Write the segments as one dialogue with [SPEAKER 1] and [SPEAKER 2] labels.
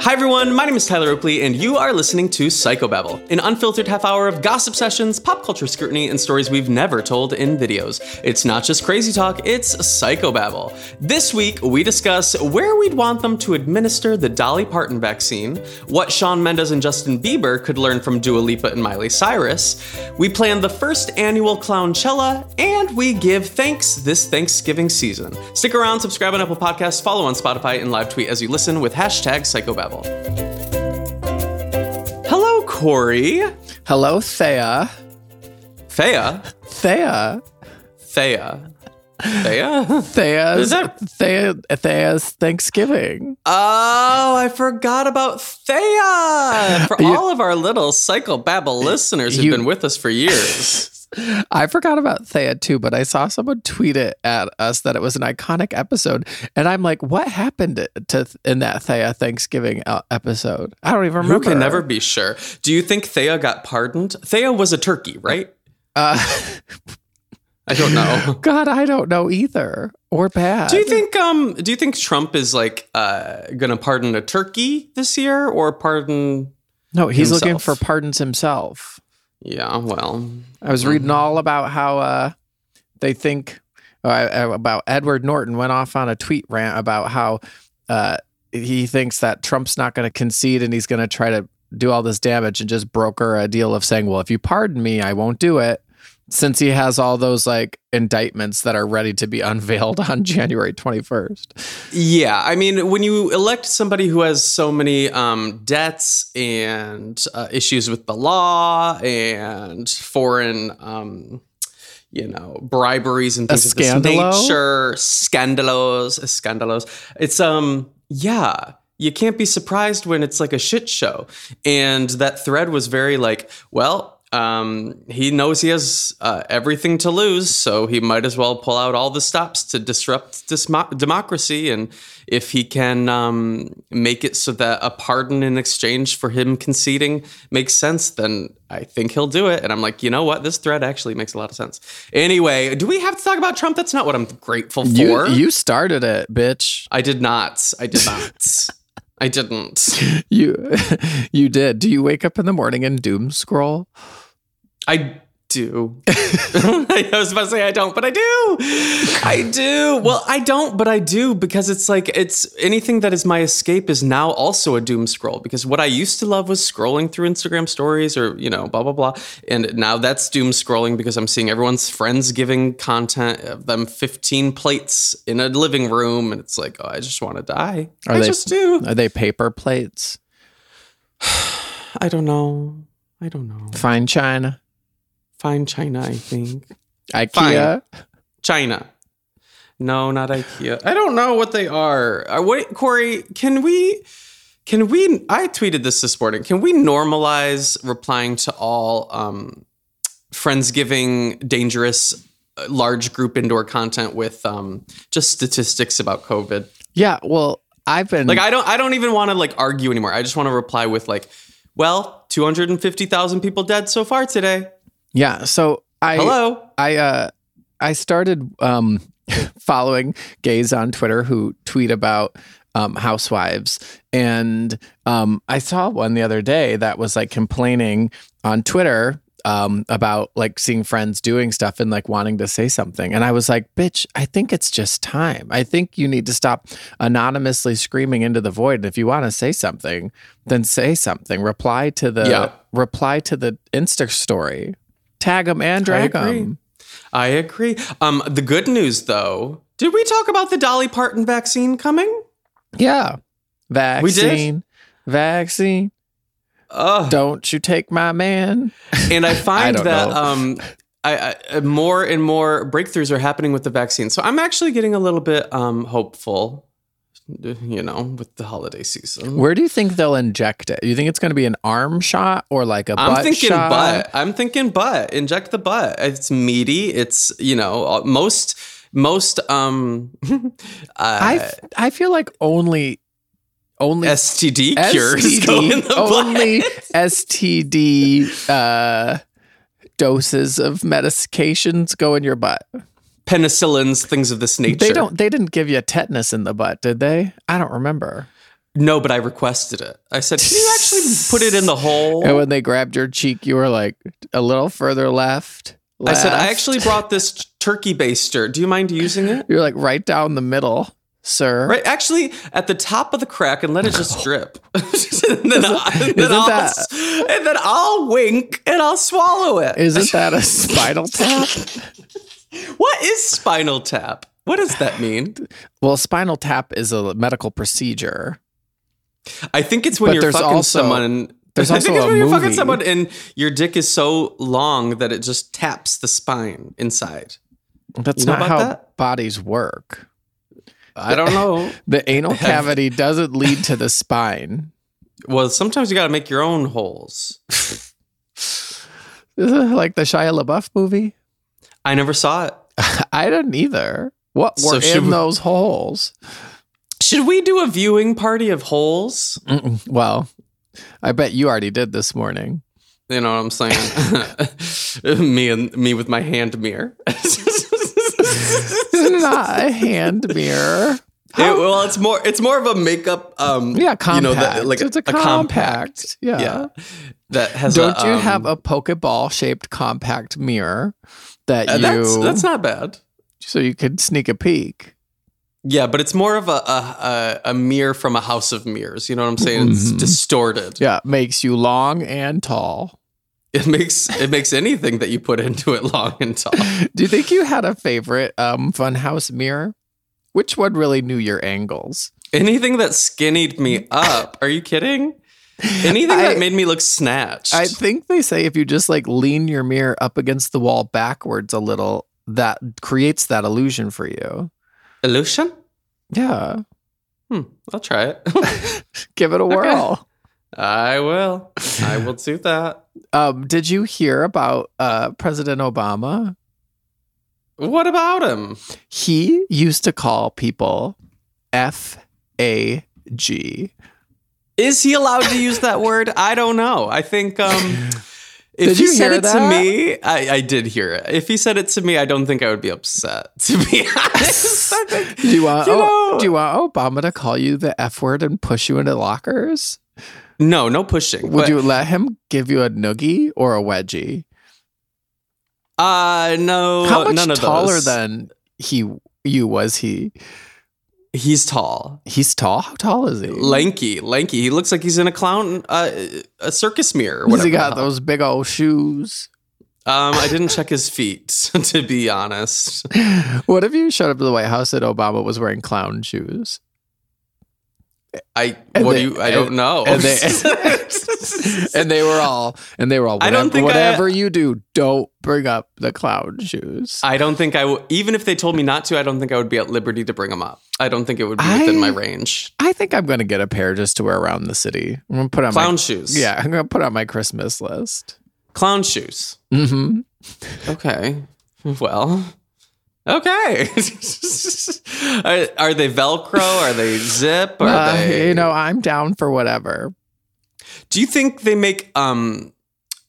[SPEAKER 1] Hi, everyone. My name is Tyler Oakley, and you are listening to Psychobabble, an unfiltered half hour of gossip sessions, pop culture scrutiny, and stories we've never told in videos. It's not just crazy talk, it's Psychobabble. This week, we discuss where we'd want them to administer the Dolly Parton vaccine, what Sean Mendes and Justin Bieber could learn from Dua Lipa and Miley Cyrus, we plan the first annual Clownchella, and we give thanks this Thanksgiving season. Stick around, subscribe on Apple Podcasts, follow on Spotify, and live tweet as you listen with hashtag Psychobabble. Hello, Corey.
[SPEAKER 2] Hello, Thea.
[SPEAKER 1] Thea.
[SPEAKER 2] Thea.
[SPEAKER 1] Thea. Thea?
[SPEAKER 2] Thea's
[SPEAKER 1] Is that-
[SPEAKER 2] Thea Thea's Thanksgiving.
[SPEAKER 1] Oh, I forgot about Thea. For all of our little Psycho Babble listeners who've
[SPEAKER 2] You-
[SPEAKER 1] been with us for years.
[SPEAKER 2] I forgot about Thea too, but I saw someone tweet it at us that it was an iconic episode, and I'm like, what happened to in that Thea Thanksgiving uh, episode? I don't even
[SPEAKER 1] Who
[SPEAKER 2] remember.
[SPEAKER 1] can never be sure? Do you think Thea got pardoned? Thea was a turkey, right?
[SPEAKER 2] Uh,
[SPEAKER 1] I don't know.
[SPEAKER 2] God, I don't know either or bad.
[SPEAKER 1] Do you think um do you think Trump is like uh gonna pardon a turkey this year or pardon
[SPEAKER 2] No, he's looking
[SPEAKER 1] himself?
[SPEAKER 2] for pardons himself.
[SPEAKER 1] Yeah, well.
[SPEAKER 2] I was reading all about how uh, they think uh, about Edward Norton went off on a tweet rant about how uh, he thinks that Trump's not going to concede and he's going to try to do all this damage and just broker a deal of saying, "Well, if you pardon me, I won't do it." Since he has all those like indictments that are ready to be unveiled on January 21st.
[SPEAKER 1] Yeah, I mean, when you elect somebody who has so many um, debts and uh, issues with the law and foreign, um, you know, briberies and
[SPEAKER 2] A
[SPEAKER 1] things of this
[SPEAKER 2] scandalo?
[SPEAKER 1] nature, scandalos, scandalos. It's um, yeah. You can't be surprised when it's like a shit show. And that thread was very like, well, um, he knows he has uh, everything to lose, so he might as well pull out all the stops to disrupt dismo- democracy. And if he can um, make it so that a pardon in exchange for him conceding makes sense, then I think he'll do it. And I'm like, you know what? This thread actually makes a lot of sense. Anyway, do we have to talk about Trump? That's not what I'm grateful for.
[SPEAKER 2] You, you started it, bitch.
[SPEAKER 1] I did not. I did not. I didn't.
[SPEAKER 2] You you did. Do you wake up in the morning and doom scroll?
[SPEAKER 1] I do. I was about to say I don't, but I do. I do. Well, I don't, but I do because it's like it's anything that is my escape is now also a doom scroll because what I used to love was scrolling through Instagram stories or, you know, blah blah blah, and now that's doom scrolling because I'm seeing everyone's friends giving content of them 15 plates in a living room and it's like, "Oh, I just want to die."
[SPEAKER 2] Are
[SPEAKER 1] I
[SPEAKER 2] they-
[SPEAKER 1] just do.
[SPEAKER 2] Are they paper plates?
[SPEAKER 1] I don't know. I don't know.
[SPEAKER 2] Fine china.
[SPEAKER 1] Fine China, I think.
[SPEAKER 2] IKEA.
[SPEAKER 1] China. No, not IKEA. I don't know what they are. Uh, what, Corey? Can we? Can we? I tweeted this this morning. Can we normalize replying to all um, friendsgiving dangerous uh, large group indoor content with um, just statistics about COVID?
[SPEAKER 2] Yeah. Well, I've been
[SPEAKER 1] Like I don't. I don't even want to like argue anymore. I just want to reply with like, well, two hundred and fifty thousand people dead so far today.
[SPEAKER 2] yeah. So I
[SPEAKER 1] Hello.
[SPEAKER 2] I uh I started um following gays on Twitter who tweet about um, housewives. And um, I saw one the other day that was like complaining on Twitter um, about like seeing friends doing stuff and like wanting to say something. And I was like, bitch, I think it's just time. I think you need to stop anonymously screaming into the void. And if you want to say something, then say something. Reply to the
[SPEAKER 1] Yeah.
[SPEAKER 2] reply to the Insta story. Tag them and drag
[SPEAKER 1] I agree.
[SPEAKER 2] them.
[SPEAKER 1] I agree. Um, the good news, though, did we talk about the Dolly Parton vaccine coming?
[SPEAKER 2] Yeah.
[SPEAKER 1] We did?
[SPEAKER 2] Vaccine. Vaccine.
[SPEAKER 1] Ugh.
[SPEAKER 2] Don't you take my man.
[SPEAKER 1] and I find
[SPEAKER 2] don't
[SPEAKER 1] that
[SPEAKER 2] know.
[SPEAKER 1] um, I, I, more and more breakthroughs are happening with the vaccine. So I'm actually getting a little bit um, hopeful, you know, with the holiday season.
[SPEAKER 2] Where do you think they'll inject it? You think it's going to be an arm shot or like a
[SPEAKER 1] I'm
[SPEAKER 2] butt
[SPEAKER 1] thinking
[SPEAKER 2] shot?
[SPEAKER 1] butt. I'm thinking butt. Inject the butt. It's meaty. It's you know uh, most most um
[SPEAKER 2] I,
[SPEAKER 1] uh,
[SPEAKER 2] f- I feel like only only
[SPEAKER 1] STD cures
[SPEAKER 2] STD
[SPEAKER 1] go in the
[SPEAKER 2] only
[SPEAKER 1] butt.
[SPEAKER 2] STD uh, doses of medications go in your butt.
[SPEAKER 1] Penicillins, things of this nature.
[SPEAKER 2] They don't. They didn't give you tetanus in the butt, did they? I don't remember.
[SPEAKER 1] No, but I requested it. I said, "Can you actually put it in the hole?"
[SPEAKER 2] And when they grabbed your cheek, you were like a little further left.
[SPEAKER 1] I said, "I
[SPEAKER 2] left."
[SPEAKER 1] actually brought this t- turkey baster. Do you mind using it?"
[SPEAKER 2] You're like right down the middle, sir.
[SPEAKER 1] Right, actually, at the top of the crack, and let it just drip. and then, I, and, then
[SPEAKER 2] isn't
[SPEAKER 1] I'll,
[SPEAKER 2] that-
[SPEAKER 1] s- and then I'll wink and I'll swallow it.
[SPEAKER 2] Isn't that a spinal tap?
[SPEAKER 1] What is spinal tap? What does that mean?
[SPEAKER 2] Well, spinal tap is a medical procedure.
[SPEAKER 1] I think it's when
[SPEAKER 2] But
[SPEAKER 1] you're
[SPEAKER 2] there's
[SPEAKER 1] fucking
[SPEAKER 2] also-
[SPEAKER 1] someone.
[SPEAKER 2] there's
[SPEAKER 1] I think
[SPEAKER 2] also
[SPEAKER 1] it's
[SPEAKER 2] a
[SPEAKER 1] when you're fucking
[SPEAKER 2] movie.
[SPEAKER 1] someone and your dick is so long that it just taps the spine inside.
[SPEAKER 2] That's
[SPEAKER 1] You know
[SPEAKER 2] not
[SPEAKER 1] about
[SPEAKER 2] how
[SPEAKER 1] that?
[SPEAKER 2] bodies work.
[SPEAKER 1] I don't know.
[SPEAKER 2] The anal cavity doesn't lead to the spine.
[SPEAKER 1] well, sometimes you got to make your own holes.
[SPEAKER 2] Is it like the Shia LaBeouf movie?
[SPEAKER 1] I never saw it.
[SPEAKER 2] I didn't either. What
[SPEAKER 1] So
[SPEAKER 2] were
[SPEAKER 1] should
[SPEAKER 2] in
[SPEAKER 1] we-
[SPEAKER 2] those holes?
[SPEAKER 1] Should we do a viewing party of holes?
[SPEAKER 2] Mm-mm. Well, I bet you already did this morning.
[SPEAKER 1] You know what I'm saying? me and me with my hand mirror.
[SPEAKER 2] It's not a hand mirror.
[SPEAKER 1] It- well, it's more it's more of a makeup. Um,
[SPEAKER 2] Yeah,
[SPEAKER 1] you
[SPEAKER 2] compact.
[SPEAKER 1] know, that- like
[SPEAKER 2] it's a, compact. Yeah.
[SPEAKER 1] Yeah, that has.
[SPEAKER 2] Don't
[SPEAKER 1] a,
[SPEAKER 2] you
[SPEAKER 1] um,
[SPEAKER 2] have a Pokeball shaped compact mirror that
[SPEAKER 1] uh,
[SPEAKER 2] you
[SPEAKER 1] That's that's not bad.
[SPEAKER 2] so you could sneak a peek?
[SPEAKER 1] Yeah, but it's more of a a, a, a mirror from a house of mirrors. You know what I'm saying? It's
[SPEAKER 2] Mhm.
[SPEAKER 1] distorted.
[SPEAKER 2] Yeah, makes you long and tall.
[SPEAKER 1] It makes it makes anything that you put into it long and tall.
[SPEAKER 2] Do you think you had a favorite um funhouse mirror? Which one really knew your angles?
[SPEAKER 1] Anything that skinnied me up. Are you kidding? Anything
[SPEAKER 2] I-
[SPEAKER 1] that made me look snatched.
[SPEAKER 2] I think they say if you just like lean your mirror up against the wall backwards a little, that creates that illusion for you.
[SPEAKER 1] Illusion?
[SPEAKER 2] Yeah.
[SPEAKER 1] Hmm, I'll try it.
[SPEAKER 2] Give it a whirl.
[SPEAKER 1] I will. I will do that.
[SPEAKER 2] Um, did you hear about uh, President Obama?
[SPEAKER 1] What about him?
[SPEAKER 2] He used to call people F A G.
[SPEAKER 1] Is he allowed to use that word? I don't know. I think um, if
[SPEAKER 2] Did
[SPEAKER 1] he
[SPEAKER 2] you
[SPEAKER 1] said
[SPEAKER 2] hear
[SPEAKER 1] it to
[SPEAKER 2] that?
[SPEAKER 1] me, I, I did hear it. If he said it to me, I don't think I would be upset. To be honest, I think,
[SPEAKER 2] Do you want
[SPEAKER 1] You
[SPEAKER 2] oh,
[SPEAKER 1] know-
[SPEAKER 2] do you want Obama to call you the F word and push you into lockers?
[SPEAKER 1] no, no pushing.
[SPEAKER 2] Would
[SPEAKER 1] but,
[SPEAKER 2] you let him give you a noogie or a wedgie?
[SPEAKER 1] Uh, no.
[SPEAKER 2] How much
[SPEAKER 1] none of
[SPEAKER 2] taller
[SPEAKER 1] those.
[SPEAKER 2] than he you was he?
[SPEAKER 1] He's tall,
[SPEAKER 2] He's tall. How tall is he?
[SPEAKER 1] lanky, lanky. He looks like he's in a clown, uh, a circus mirror. Or
[SPEAKER 2] Has
[SPEAKER 1] whatever.
[SPEAKER 2] he
[SPEAKER 1] the
[SPEAKER 2] got
[SPEAKER 1] hell.
[SPEAKER 2] those big old shoes?
[SPEAKER 1] Um, I didn't check his feet, to be honest.
[SPEAKER 2] What if you showed up to the White House and Obama was wearing clown shoes?
[SPEAKER 1] I
[SPEAKER 2] And
[SPEAKER 1] what
[SPEAKER 2] they-
[SPEAKER 1] do you? I don't
[SPEAKER 2] and-
[SPEAKER 1] know.
[SPEAKER 2] and they- And they were all and they were all
[SPEAKER 1] I
[SPEAKER 2] whatever,
[SPEAKER 1] don't think I-
[SPEAKER 2] whatever you do, don't bring up the clown shoes.
[SPEAKER 1] I don't think I w- even if they told me not to, I don't think I would be at liberty to bring them up. I don't think it would be within
[SPEAKER 2] I-
[SPEAKER 1] my range.
[SPEAKER 2] I think I'm gonna get a pair just to wear around the city. I'm gonna put on
[SPEAKER 1] Clown
[SPEAKER 2] my
[SPEAKER 1] shoes.
[SPEAKER 2] yeah, I'm gonna put on my Christmas list.
[SPEAKER 1] Clown shoes.
[SPEAKER 2] Mm-hmm.
[SPEAKER 1] Okay. Well. Okay. are, are they Velcro? Are they zip? Are
[SPEAKER 2] Uh,
[SPEAKER 1] they?
[SPEAKER 2] You know, I'm down for whatever.
[SPEAKER 1] Do you think they make um,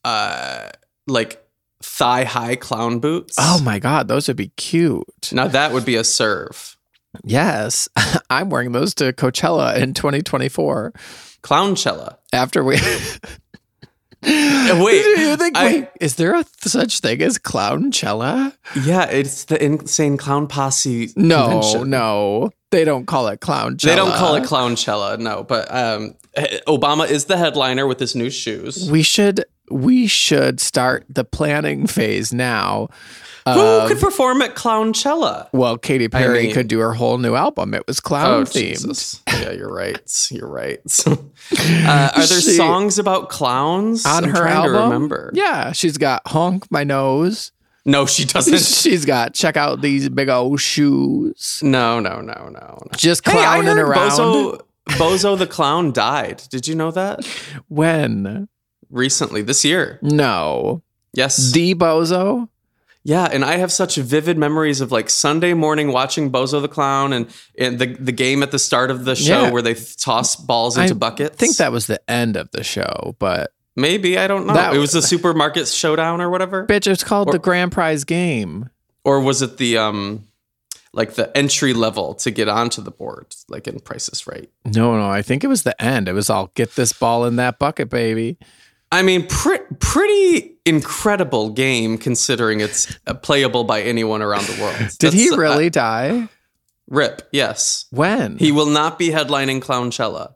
[SPEAKER 1] uh, like thigh high clown boots?
[SPEAKER 2] Oh my god, those would be cute.
[SPEAKER 1] Now that would be a serve.
[SPEAKER 2] Yes, I'm wearing those to Coachella in 2024
[SPEAKER 1] Clownchella.
[SPEAKER 2] after we.
[SPEAKER 1] Uh, Wait,
[SPEAKER 2] Do you think,
[SPEAKER 1] I-
[SPEAKER 2] wait, is there a th- such thing as Clownchella?
[SPEAKER 1] yeah, it's the insane clown posse.
[SPEAKER 2] No,
[SPEAKER 1] convention.
[SPEAKER 2] no. They don't call it Clownchella.
[SPEAKER 1] They don't call it Clownchella, no. But um, eh, Obama is the headliner with his new shoes.
[SPEAKER 2] We should we should start the planning phase now.
[SPEAKER 1] Who
[SPEAKER 2] of-
[SPEAKER 1] could perform at Clownchella?
[SPEAKER 2] well, Katy Perry
[SPEAKER 1] mean- Oh,
[SPEAKER 2] could do her whole new album. It was clown themed.
[SPEAKER 1] Jesus. Yeah, you're right. You're right. uh, are there
[SPEAKER 2] She-
[SPEAKER 1] songs about clowns
[SPEAKER 2] On
[SPEAKER 1] I'm
[SPEAKER 2] her
[SPEAKER 1] trying
[SPEAKER 2] album,
[SPEAKER 1] To remember?
[SPEAKER 2] yeah, she's got honk my nose.
[SPEAKER 1] No, she doesn't.
[SPEAKER 2] she's got check out these big old shoes.
[SPEAKER 1] no, no, no, no. no.
[SPEAKER 2] Just
[SPEAKER 1] Hey, I
[SPEAKER 2] clowning
[SPEAKER 1] heard
[SPEAKER 2] around.
[SPEAKER 1] Bozo, Bozo the clown died. Did you know that?
[SPEAKER 2] When
[SPEAKER 1] Recently, this year.
[SPEAKER 2] no,
[SPEAKER 1] Yes.
[SPEAKER 2] the Bozo.
[SPEAKER 1] Yeah, and I have such vivid memories of like Sunday morning watching Bozo the Clown and, and the the game at the start of the show
[SPEAKER 2] Yeah.
[SPEAKER 1] where they th- toss balls into
[SPEAKER 2] I
[SPEAKER 1] buckets.
[SPEAKER 2] I think that was the end of the show, but
[SPEAKER 1] maybe I don't know.
[SPEAKER 2] that
[SPEAKER 1] it was the
[SPEAKER 2] was-
[SPEAKER 1] supermarket showdown or whatever,
[SPEAKER 2] bitch, it's called
[SPEAKER 1] Or-
[SPEAKER 2] the grand prize game.
[SPEAKER 1] or was it the um like the entry level to get onto the board, like in Price is Right?
[SPEAKER 2] No, no, I think it was the end. It was all get this ball in that bucket, baby.
[SPEAKER 1] I mean, pre- pretty incredible game considering it's uh, playable by anyone around the world.
[SPEAKER 2] Did he
[SPEAKER 1] That's, uh,
[SPEAKER 2] really die?
[SPEAKER 1] rip? Yes,
[SPEAKER 2] When?
[SPEAKER 1] he will not be headlining Clownchella.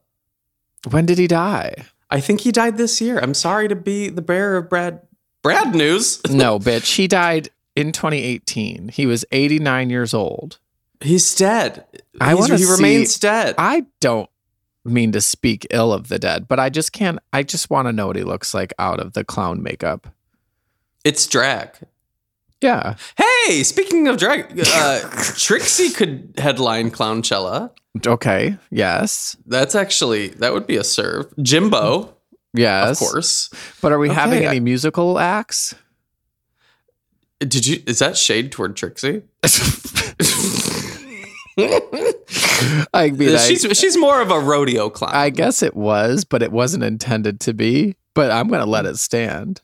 [SPEAKER 2] when did he die?
[SPEAKER 1] I think he died this year. I'm sorry to be the bearer of Brad Brad news.
[SPEAKER 2] no, bitch. He died in 2018. He was 89 years old.
[SPEAKER 1] He's dead.
[SPEAKER 2] I
[SPEAKER 1] He's-
[SPEAKER 2] wanna
[SPEAKER 1] he
[SPEAKER 2] see-
[SPEAKER 1] remains dead.
[SPEAKER 2] I don't mean to speak ill of the dead, but I just can't. I just want to know what he looks like out of the clown makeup.
[SPEAKER 1] it's drag.
[SPEAKER 2] Yeah,
[SPEAKER 1] Hey, speaking of drag, uh, Trixie could headline Clownchella.
[SPEAKER 2] okay, yes,
[SPEAKER 1] That's actually that would be a serve. Jimbo,
[SPEAKER 2] yes,
[SPEAKER 1] of course.
[SPEAKER 2] But are we having
[SPEAKER 1] Okay, I-
[SPEAKER 2] any musical acts?
[SPEAKER 1] Did you? Is that shade toward Trixie?
[SPEAKER 2] I mean, I,
[SPEAKER 1] she's she's more of a rodeo clown.
[SPEAKER 2] I guess it was, but it wasn't intended to be. But I'm gonna let it stand.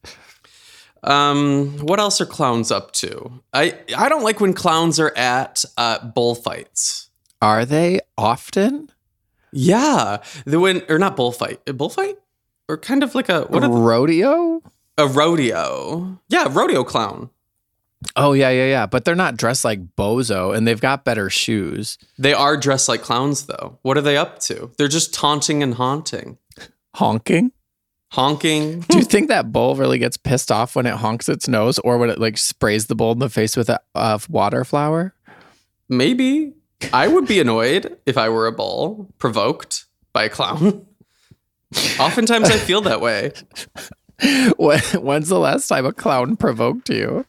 [SPEAKER 1] Um, what else are clowns up to? I I don't like when clowns are at uh, bullfights.
[SPEAKER 2] Are they often
[SPEAKER 1] Yeah, the when or not bullfight, a bullfight or kind of like a what are the-
[SPEAKER 2] rodeo?
[SPEAKER 1] a rodeo. Yeah, rodeo clown.
[SPEAKER 2] Oh yeah, yeah, yeah. But they're not dressed like bozo, and they've got better shoes.
[SPEAKER 1] They are dressed like clowns though. What are they up to? They're just taunting and haunting,
[SPEAKER 2] Honking.
[SPEAKER 1] honking.
[SPEAKER 2] Do you think that bull really gets pissed off when it honks its nose, or when it like sprays the bull in the face with a uh, water flower?
[SPEAKER 1] Maybe I would be annoyed if I were a bull provoked by a clown. Oftentimes I feel that way.
[SPEAKER 2] when, when's the last time a clown provoked you?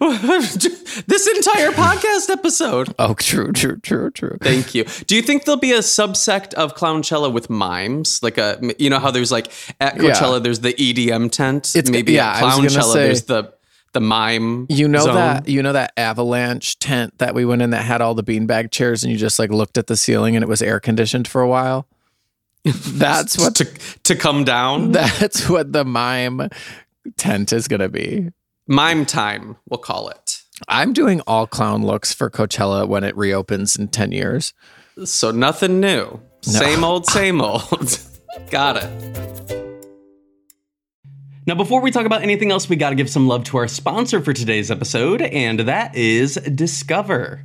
[SPEAKER 1] this entire podcast episode.
[SPEAKER 2] Oh, true, true, true, true.
[SPEAKER 1] Thank you. Do you think there'll be a subsect of Clownchella with mimes? Like a, you know how there's like at
[SPEAKER 2] Yeah.
[SPEAKER 1] Coachella there's the EDM tent.
[SPEAKER 2] It's-
[SPEAKER 1] Maybe
[SPEAKER 2] yeah,
[SPEAKER 1] at
[SPEAKER 2] I was gonna
[SPEAKER 1] Clownchella
[SPEAKER 2] say-
[SPEAKER 1] there's the the mime.
[SPEAKER 2] You know
[SPEAKER 1] zone.
[SPEAKER 2] that you know that avalanche tent that we went in that had all the beanbag chairs and you just like looked at the ceiling and it was air conditioned for a while. That's what
[SPEAKER 1] to to come down.
[SPEAKER 2] that's what the mime tent is gonna be.
[SPEAKER 1] mime time, we'll call it.
[SPEAKER 2] I'm doing all clown looks for Coachella when it reopens in ten years.
[SPEAKER 1] So nothing new. Same old, same old. Got it.
[SPEAKER 3] Now, before we talk about anything else, we gotta give some love to our sponsor for today's episode, and that is Discover.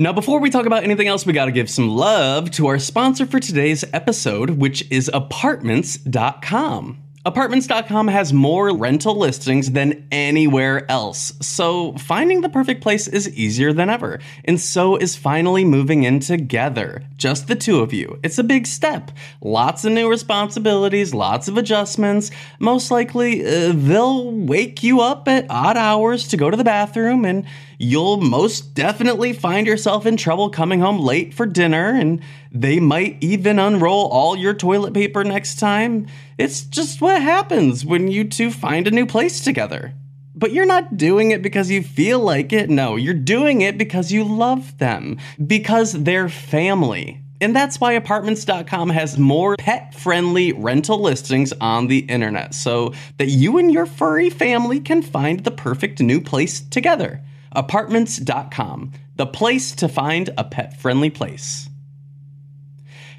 [SPEAKER 3] Now, before we talk about anything else, we gotta give some love to our sponsor for today's episode, which is apartments.com. Apartments.com has more rental listings than anywhere else, so finding the perfect place is easier than ever. And so is finally moving in together, just the two of you. It's a big step. Lots of new responsibilities, lots of adjustments. Most likely, uh, they'll wake you up at odd hours to go to the bathroom, and you'll most definitely find yourself in trouble coming home late for dinner, and they might even unroll all your toilet paper next time. It's just what happens when you two find a new place together. But you're not doing it because you feel like it. No, you're doing it because you love them, because they're family. And that's why apartments.com has more pet friendly rental listings on the internet so that you and your furry family can find the perfect new place together. Apartments.com, the place to find a pet friendly place.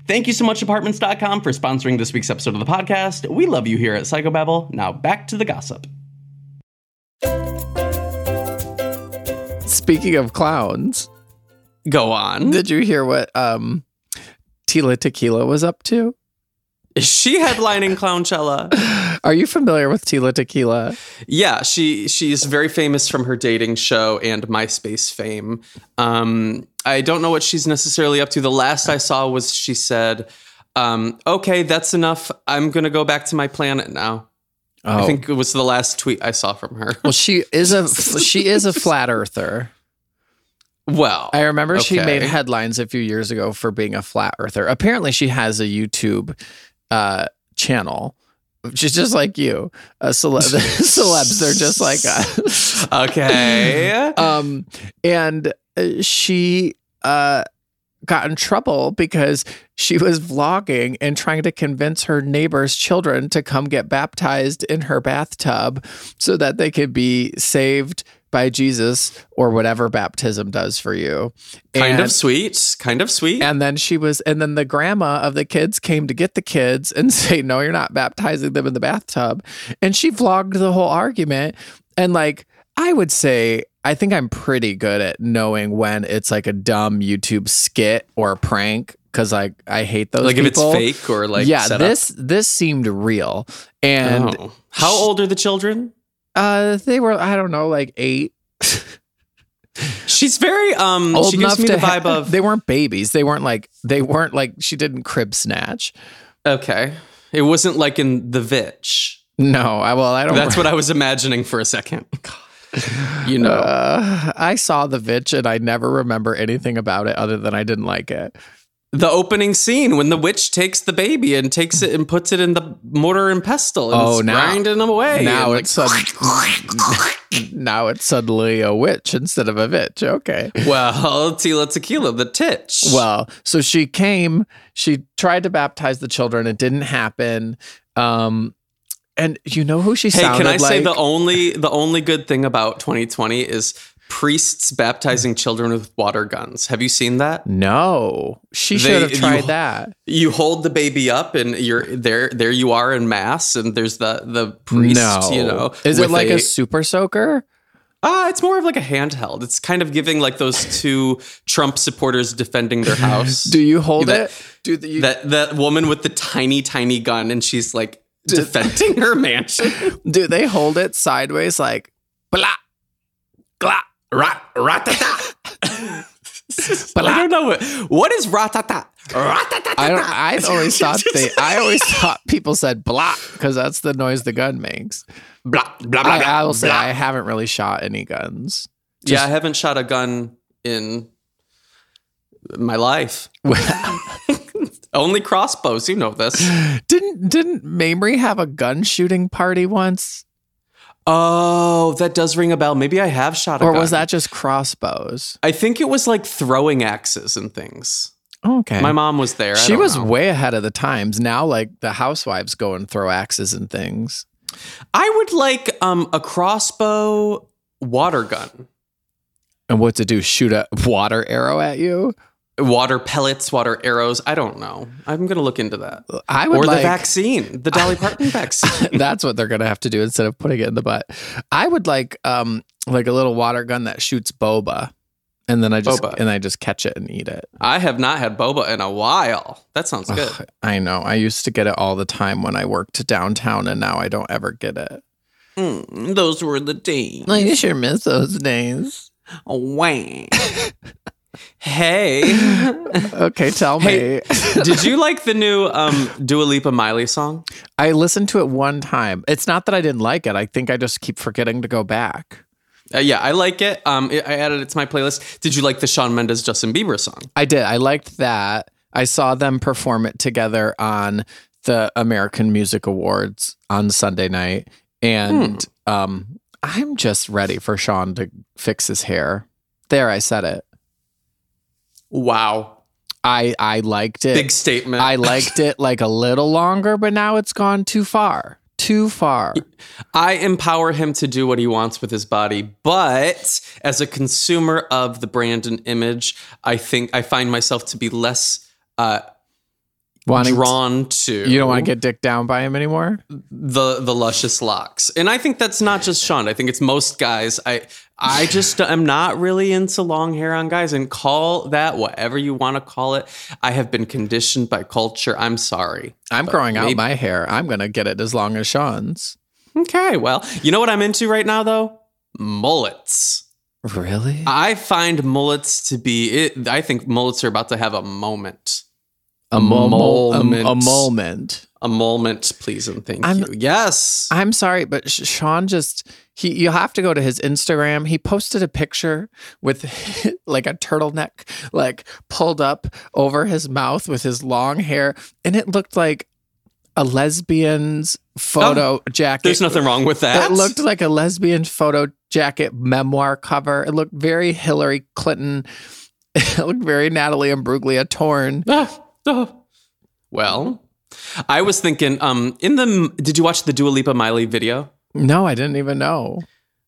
[SPEAKER 3] Thank you so much, apartments.com, for sponsoring this week's episode of the podcast. We love you here at Psychobabble. Now back to the gossip.
[SPEAKER 2] Speaking of clowns,
[SPEAKER 1] Go on.
[SPEAKER 2] did you hear what um, Tila Tequila was up to?
[SPEAKER 1] Is she headlining Clownchella?
[SPEAKER 2] Are you familiar with Tila Tequila?
[SPEAKER 1] Yeah, she she's very famous from her dating show and MySpace fame. Um, I don't know what she's necessarily up to. The last I saw was she said, um, "Okay, that's enough. I'm gonna go back to my planet now."
[SPEAKER 2] Oh.
[SPEAKER 1] I think it was the last tweet I saw from her.
[SPEAKER 2] well, she is a she is a flat earther.
[SPEAKER 1] well,
[SPEAKER 2] I remember she
[SPEAKER 1] Okay.
[SPEAKER 2] made headlines a few years ago for being a flat earther. Apparently, she has a YouTube uh, channel. She's just like you, uh, celeb- celebs. They're just like us.
[SPEAKER 1] okay.
[SPEAKER 2] um, and uh, she uh, got in trouble because she was vlogging and trying to convince her neighbor's children to come get baptized in her bathtub so that they could be saved by Jesus or whatever baptism does for you.
[SPEAKER 1] kind
[SPEAKER 2] and,
[SPEAKER 1] of sweet. Kind of sweet.
[SPEAKER 2] And then she was, and then the grandma of the kids came to get the kids and say, No, you're not baptizing them in the bathtub. And she vlogged the whole argument. And like, I would say, I think I'm pretty good at knowing when it's like a dumb YouTube skit or a prank because like I hate those.
[SPEAKER 1] like
[SPEAKER 2] people.
[SPEAKER 1] if it's fake or like
[SPEAKER 2] yeah,
[SPEAKER 1] set up.
[SPEAKER 2] this this seemed real, and
[SPEAKER 1] Oh. how old are the children?
[SPEAKER 2] uh, they were I don't know like eight.
[SPEAKER 1] She's very um.
[SPEAKER 2] old
[SPEAKER 1] she
[SPEAKER 2] enough
[SPEAKER 1] gives me
[SPEAKER 2] to
[SPEAKER 1] the vibe
[SPEAKER 2] have,
[SPEAKER 1] of
[SPEAKER 2] they weren't babies. They weren't like they weren't like she didn't crib snatch.
[SPEAKER 1] okay. It wasn't like in the Vitch.
[SPEAKER 2] No, I well I don't.
[SPEAKER 1] That's what I was imagining for a second. You know,
[SPEAKER 2] Uh, I saw the Vitch and I never remember anything about it other than I didn't like it.
[SPEAKER 1] the opening scene when the witch takes the baby and takes it and puts it in the mortar and pestle and
[SPEAKER 2] Oh,
[SPEAKER 1] it's
[SPEAKER 2] now-
[SPEAKER 1] grinding them away.
[SPEAKER 2] now
[SPEAKER 1] and, like,
[SPEAKER 2] it's sud- now it's suddenly a witch instead of a bitch. Okay.
[SPEAKER 1] well, Tila Tequila, the titch.
[SPEAKER 2] Well, so she came, she tried to baptize the children. It didn't happen. Um, and you know who she
[SPEAKER 1] hey,
[SPEAKER 2] sounded
[SPEAKER 1] can I say
[SPEAKER 2] like?
[SPEAKER 1] the only the only good thing about 2020 is priests baptizing children with water guns. Have you seen that?
[SPEAKER 2] no, she
[SPEAKER 1] They-
[SPEAKER 2] should have
[SPEAKER 1] you-
[SPEAKER 2] tried that.
[SPEAKER 1] You hold the baby up and you're there. There you are in mass, and there's the the priest.
[SPEAKER 2] no,
[SPEAKER 1] You know,
[SPEAKER 2] is it
[SPEAKER 1] with
[SPEAKER 2] like a, super soaker?
[SPEAKER 1] Ah, it's more of like a handheld. It's kind of giving like those two Trump supporters defending their house.
[SPEAKER 2] Do you hold
[SPEAKER 1] That-
[SPEAKER 2] it? Do the, you,
[SPEAKER 1] that that woman with the tiny, tiny gun, and she's like defending her mansion.
[SPEAKER 2] do they hold it sideways like blah blah rat ratata?
[SPEAKER 1] I don't know what what is ratata. Ratata.
[SPEAKER 2] I don't. I always thought they. I always thought people said blah because that's the noise the gun makes.
[SPEAKER 1] Blah blah blah.
[SPEAKER 2] I,
[SPEAKER 1] blah,
[SPEAKER 2] I will say
[SPEAKER 1] blah.
[SPEAKER 2] I haven't really shot any guns.
[SPEAKER 1] yeah, I haven't shot a gun in my life. Only crossbows. You know this.
[SPEAKER 2] didn't didn't Mamrie have a gun shooting party once,
[SPEAKER 1] Oh, that does ring a bell. Maybe I have shot a
[SPEAKER 2] or
[SPEAKER 1] gun.
[SPEAKER 2] was that just crossbows?
[SPEAKER 1] I think it was like throwing axes and things.
[SPEAKER 2] Okay,
[SPEAKER 1] My mom was there. I
[SPEAKER 2] she
[SPEAKER 1] don't
[SPEAKER 2] was
[SPEAKER 1] know.
[SPEAKER 2] way ahead of the times. Now, like the housewives go and throw axes and things.
[SPEAKER 1] I would like um a crossbow water gun,
[SPEAKER 2] And what to do? Shoot a water arrow at you?
[SPEAKER 1] water pellets, water arrows. I don't know. I'm gonna look into that.
[SPEAKER 2] I would
[SPEAKER 1] Or
[SPEAKER 2] like
[SPEAKER 1] the vaccine, the Dolly Parton vaccine.
[SPEAKER 2] That's what they're gonna have to do instead of putting it in the butt. I would like um like a little water gun that shoots boba. and then I just
[SPEAKER 1] Boba.
[SPEAKER 2] and I just catch it and eat it.
[SPEAKER 1] I have not had boba in a while. That sounds good.
[SPEAKER 2] Ugh, I know. I used to get it all the time when I worked downtown, and now I don't ever get it.
[SPEAKER 1] Mm, those were the days.
[SPEAKER 2] I sure miss those days.
[SPEAKER 1] Oh, wow. hey,
[SPEAKER 2] Okay, tell
[SPEAKER 1] Hey.
[SPEAKER 2] me.
[SPEAKER 1] did you like the new um, Dua Lipa Miley song?
[SPEAKER 2] I listened to it one time. It's not that I didn't like it. I think I just keep forgetting to go back.
[SPEAKER 1] Uh, yeah, I like it. Um, I I added it to my playlist. Did you like the Shawn Mendes Justin Bieber song?
[SPEAKER 2] I did. I liked that. I saw them perform it together on the American Music Awards on Sunday night, and um, I'm just ready for Sean to fix his hair. There, I said it.
[SPEAKER 1] Wow,
[SPEAKER 2] I I liked it.
[SPEAKER 1] big statement.
[SPEAKER 2] I liked it like a little longer, but now it's gone too far. Too far.
[SPEAKER 1] I empower him to do what he wants with his body, but as a consumer of the brand and image, I think I find myself to be less uh,
[SPEAKER 2] Wanting
[SPEAKER 1] drawn to
[SPEAKER 2] you don't want to get dicked down by him anymore.
[SPEAKER 1] the the luscious locks. And I think that's not just Sean. I think it's most guys. I I just am not really into long hair on guys and call that whatever you want to call it. I have been conditioned by culture. I'm sorry.
[SPEAKER 2] I'm growing out
[SPEAKER 1] maybe-
[SPEAKER 2] my hair. I'm gonna get it as long as Sean's.
[SPEAKER 1] Okay, well, you know what I'm into right now though? Mullets.
[SPEAKER 2] Really?
[SPEAKER 1] I find mullets to be. It, I think mullets are about to have a moment.
[SPEAKER 2] a mul- a-
[SPEAKER 1] moment.
[SPEAKER 2] A, moment.
[SPEAKER 1] A moment, please and thank
[SPEAKER 2] I'm-
[SPEAKER 1] you. Yes.
[SPEAKER 2] I'm sorry, but Sh- Sean just he. You'll have to go to his Instagram. He posted a picture with like a turtleneck, like pulled up over his mouth with his long hair, and it looked like a lesbian's photo
[SPEAKER 1] Oh,
[SPEAKER 2] jacket.
[SPEAKER 1] There's nothing wrong with that.
[SPEAKER 2] It looked like a lesbian photo jacket memoir cover. It looked very Hillary Clinton. It looked very Natalie Imbruglia torn.
[SPEAKER 1] Ah, ah. Well, I was thinking. Um, in the did you watch the Dua Lipa Miley video?
[SPEAKER 2] No, I didn't even know.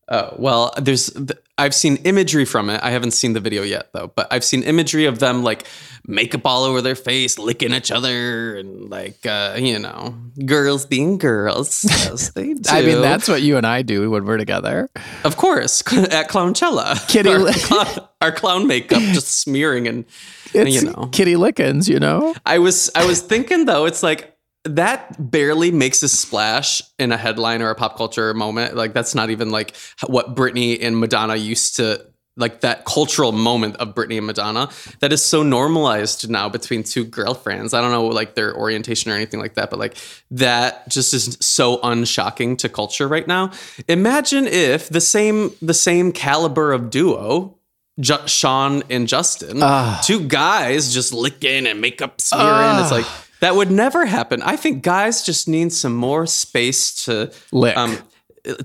[SPEAKER 1] Oh, well, there's th- I've seen imagery from it. I haven't seen the video yet though, but I've seen imagery of them like makeup all over their face, licking each other, and like uh, you know, girls being girls. Yes, they do.
[SPEAKER 2] I mean, that's what you and I do when we're together.
[SPEAKER 1] Of course, at Clownchella.
[SPEAKER 2] Kitty
[SPEAKER 1] our,
[SPEAKER 2] lick.
[SPEAKER 1] clown, our clown makeup just smearing and
[SPEAKER 2] It's
[SPEAKER 1] you know.
[SPEAKER 2] kitty lickens, you know?
[SPEAKER 1] I was I was thinking though, it's like that barely makes a splash in a headline or a pop culture moment. Like that's not even like what Britney and Madonna used to like that cultural moment of Britney and Madonna that is so normalized now between two girlfriends. I don't know like their orientation or anything like that, but like that just is so unshocking to culture right now. Imagine if the same the same caliber of duo Ju- Sean and Justin,
[SPEAKER 2] Ah.
[SPEAKER 1] two guys just licking and makeup smearing.
[SPEAKER 2] Ah.
[SPEAKER 1] It's like that would never happen. I think guys just need some more space to
[SPEAKER 2] Lick.
[SPEAKER 1] Um,